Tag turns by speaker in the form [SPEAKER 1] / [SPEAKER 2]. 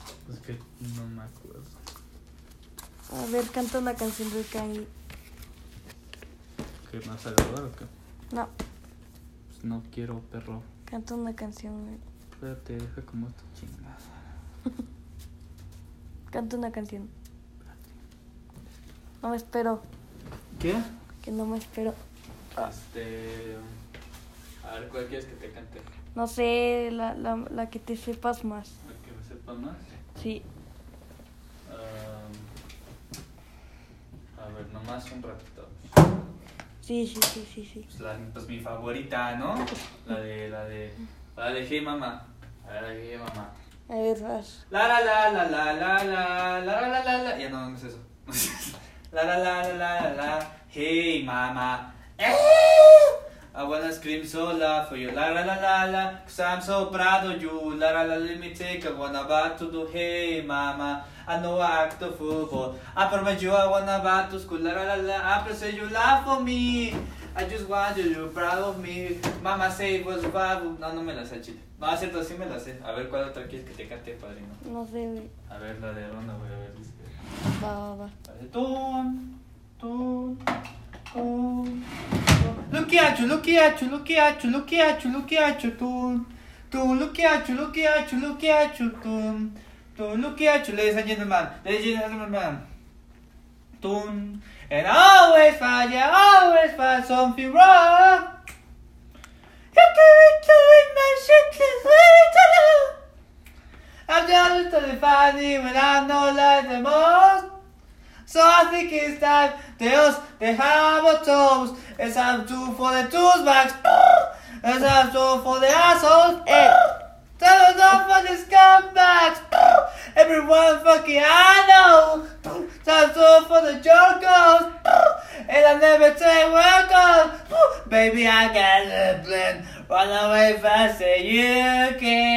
[SPEAKER 1] Es Pues que no me acuerdo.
[SPEAKER 2] A ver, canta una canción de Kanye.
[SPEAKER 1] ¿Qué más agradar o qué?
[SPEAKER 2] No,
[SPEAKER 1] Pues no quiero perro.
[SPEAKER 2] canta una canción, güey.
[SPEAKER 1] Espérate, deja como esta chingada.
[SPEAKER 2] Canta una canción. No me espero,
[SPEAKER 1] ¿Qué?
[SPEAKER 2] que no me espero.
[SPEAKER 1] Este. A ver, ¿cuál quieres que te cante? La
[SPEAKER 2] No sé, la, la, la que te sepas más.
[SPEAKER 1] que me sepa más.
[SPEAKER 2] Sí,
[SPEAKER 1] Ah, a ver, nomás un ratito.
[SPEAKER 2] sí, sí, sí, sí, sí.
[SPEAKER 1] Pues, la- pues mi favorita, ¿no? La de. La de. La de Hey Mamá. La de Hey Mamá.
[SPEAKER 2] A ver, vas.
[SPEAKER 1] La la la la la la la la la la la la ya no no es eso. La la la la la la la hey mama. Eh. I wanna scream so loud for you. La la la la la cause I'm so proud of you. La la la let me take I wanna back to do hey mama. I know I act Ah, the football. I promise you I wanna back to school. La la Ah, la la I present you laugh for me. I just want you to be proud of me. Mama say it was bad. No, no me la sé al chile. No, es cierto, sí me la sé. A ver cuál otra quieres que te cante, padrino.
[SPEAKER 2] No sé, güey.
[SPEAKER 1] A ver, la de Ronda, voy a ver. dice.
[SPEAKER 2] Va, va, va.
[SPEAKER 1] La de Tom, Tom, Tom. Look at you, look at you, look at you, look at you, look at you, Tom. Tom, look at you, look at you, look at you, Tom. Tom, look at you, ladies and gentlemen, ladies and gentlemen. Tom. And I always find, you always find something wrong. You can do it, my shit is ready to do. I'm just a little funny when I'm not like the most. So I think it's time they us they have a toast. It's time to for the toolbox. It's time to for the assholes. Tell us off for the scumbags. Everyone fucking I know. Time to for the jokers. And I never say welcome. Baby, I got a plan. Run away faster, you can.